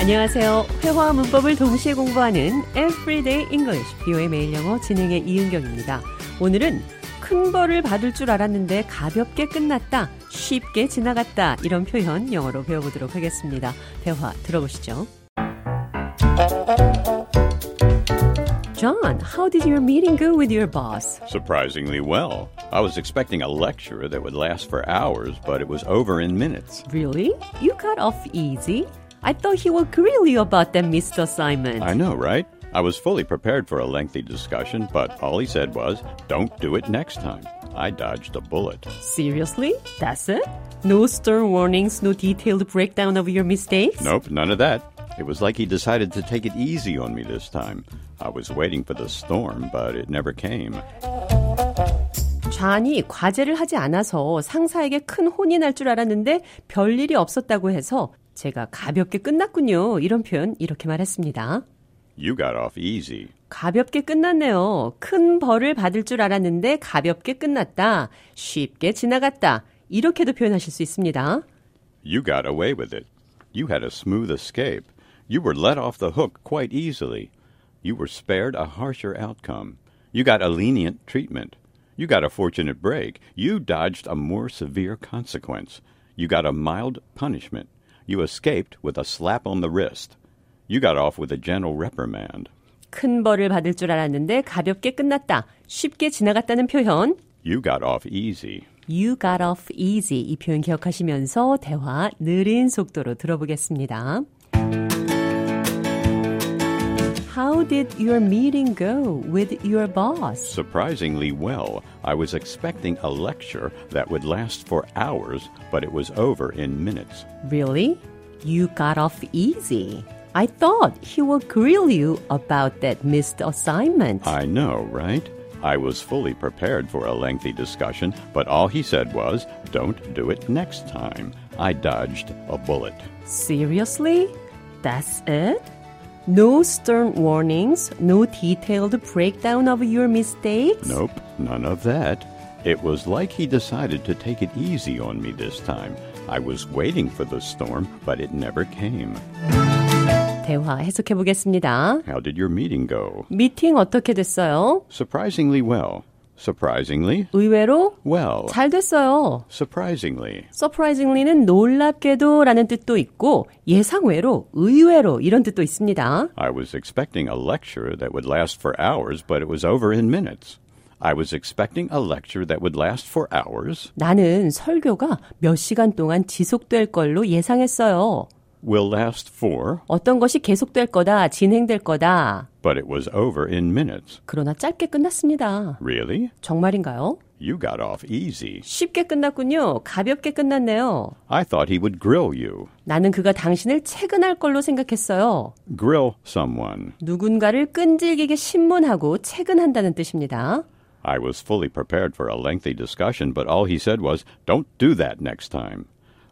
안녕하세요. 회화와 문법을 동시에 공부하는 Everyday English, 비오의 매일 영어 진행의 이은경입니다. 오늘은 큰 벌을 받을 줄 알았는데 가볍게 끝났다, 쉽게 지나갔다 이런 표현 영어로 배워보도록 하겠습니다. 대화 들어보시죠. John, how did your meeting go with your boss? Surprisingly well. I was expecting a lecture that would last for hours, but it was over in minutes. Really? You got off easy? I thought he would grill you about that, Mr. Simon. I know, right? I was fully prepared for a lengthy discussion, but all he said was, don't do it next time. I dodged a bullet. Seriously? That's it? No stern warnings, no detailed breakdown of your mistakes? Nope, none of that. It was like he decided to take it easy on me this time. I was waiting for the storm, but it never came. 좌안이 과제를 하지 않아서 상사에게 큰 혼이 날 줄 알았는데 별 일이 없었다고 해서 제가 가볍게 끝났군요. 이런 표현 이렇게 말했습니다. You got off easy. 가볍게 끝났네요. 큰 벌을 받을 줄 알았는데 가볍게 끝났다. 쉽게 지나갔다. 이렇게도 표현하실 수 있습니다. You got away with it. You had a smooth escape. You were let off the hook quite easily. You were spared a harsher outcome. You got a lenient treatment. You got a fortunate break. You dodged a more severe consequence. You got a mild punishment. You escaped with a slap on the wrist. You got off with a gentle reprimand. 큰 벌을 받을 줄 알았는데 가볍게 끝났다. 쉽게 지나갔다는 표현. You got off easy. You got off easy. 이 표현 기억하시면서 대화 느린 속도로 들어보겠습니다. How did your meeting go with your boss? Surprisingly well. I was expecting a lecture that would last for hours, but it was over in minutes. Really? You got off easy. I thought he would grill you about that missed assignment. I know, right? I was fully prepared for a lengthy discussion, but all he said was, don't do it next time. I dodged a bullet. Seriously? That's it? No stern warnings, no detailed breakdown of your mistakes? Nope, none of that. It was like he decided to take it easy on me this time. I was waiting for the storm, but it never came. 대화 해석해 보겠습니다. How did your meeting go? 미팅 어떻게 됐어요? Surprisingly well. Surprisingly? 의외로 Well. 잘 됐어요. Surprisingly. surprisingly는 놀랍게도 라는 뜻도 있고 예상외로, 의외로 이런 뜻도 있습니다. I was expecting a lecture that would last for hours, but it was over in minutes. I was expecting a lecture that would last for hours. 나는 설교가 몇 시간 동안 지속될 걸로 예상했어요. Will last for, 어떤 것이 계속될 거다, 진행될 거다. but it was over in minutes. 그러나 짧게 끝났습니다. Really? 정말인가요? You got off easy. 쉽게 끝났군요. 가볍게 끝났네요. I thought he would grill you. 나는 그가 당신을 체근할 걸로 생각했어요. Grill someone. 누군가를 끈질기게 신문하고 체근한다는 뜻입니다. I was fully prepared for a lengthy discussion, but all he said was, Don't do that next time.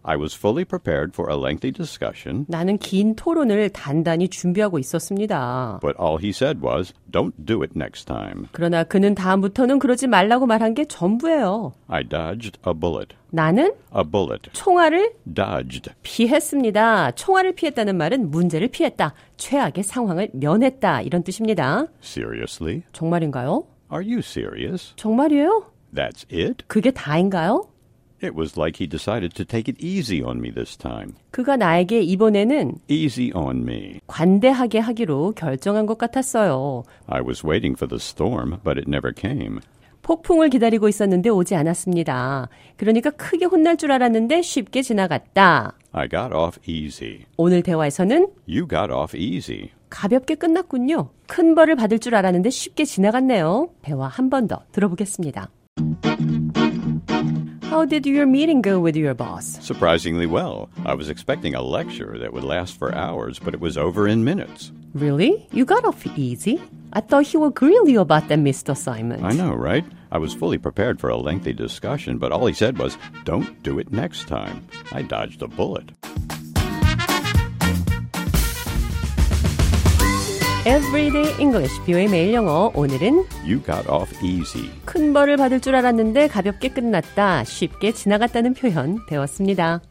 I was fully prepared for a lengthy discussion, 나는 긴 토론을 단단히 준비하고 있었습니다. but all he said was, Don't do it next time. 그러나 그는 다음부터는 그러지 말라고 말한 게 전부예요. I dodged a bullet. 나는 A bullet. 총알을 Dodged. 피했습니다. 총알을 피했다는 말은 문제를 피했다. 최악의 상황을 면했다. 이런 뜻입니다. Seriously? 정말인가요? Are you serious? 정말이에요? That's it? 그게 다인가요? It was like he decided to take it easy on me this time. 그가 나에게 이번에는 Easy on me. 관대하게 하기로 결정한 것 같았어요. I was waiting for the storm, but it never came. 폭풍을 기다리고 있었는데 오지 않았습니다. 그러니까 크게 혼날 줄 알았는데 쉽게 지나갔다. I got off easy. 오늘 대화에서는 You got off easy. 가볍게 끝났군요. 큰 벌을 받을 줄 알았는데 쉽게 지나갔네요. 대화 한 번 더 들어보겠습니다. How did your meeting go with your boss? Surprisingly well. I was expecting a lecture that would last for hours, but it was over in minutes. Really? You got off easy? I thought he would grill you about that, Mr. Simon. I know, right? I was fully prepared for a lengthy discussion, but all he said was, Don't do it next time. I dodged a bullet. Everyday English, 뷰의 매일 영어. 오늘은 You got off easy. 큰 벌을 받을 줄 알았는데 가볍게 끝났다, 쉽게 지나갔다는 표현 배웠습니다.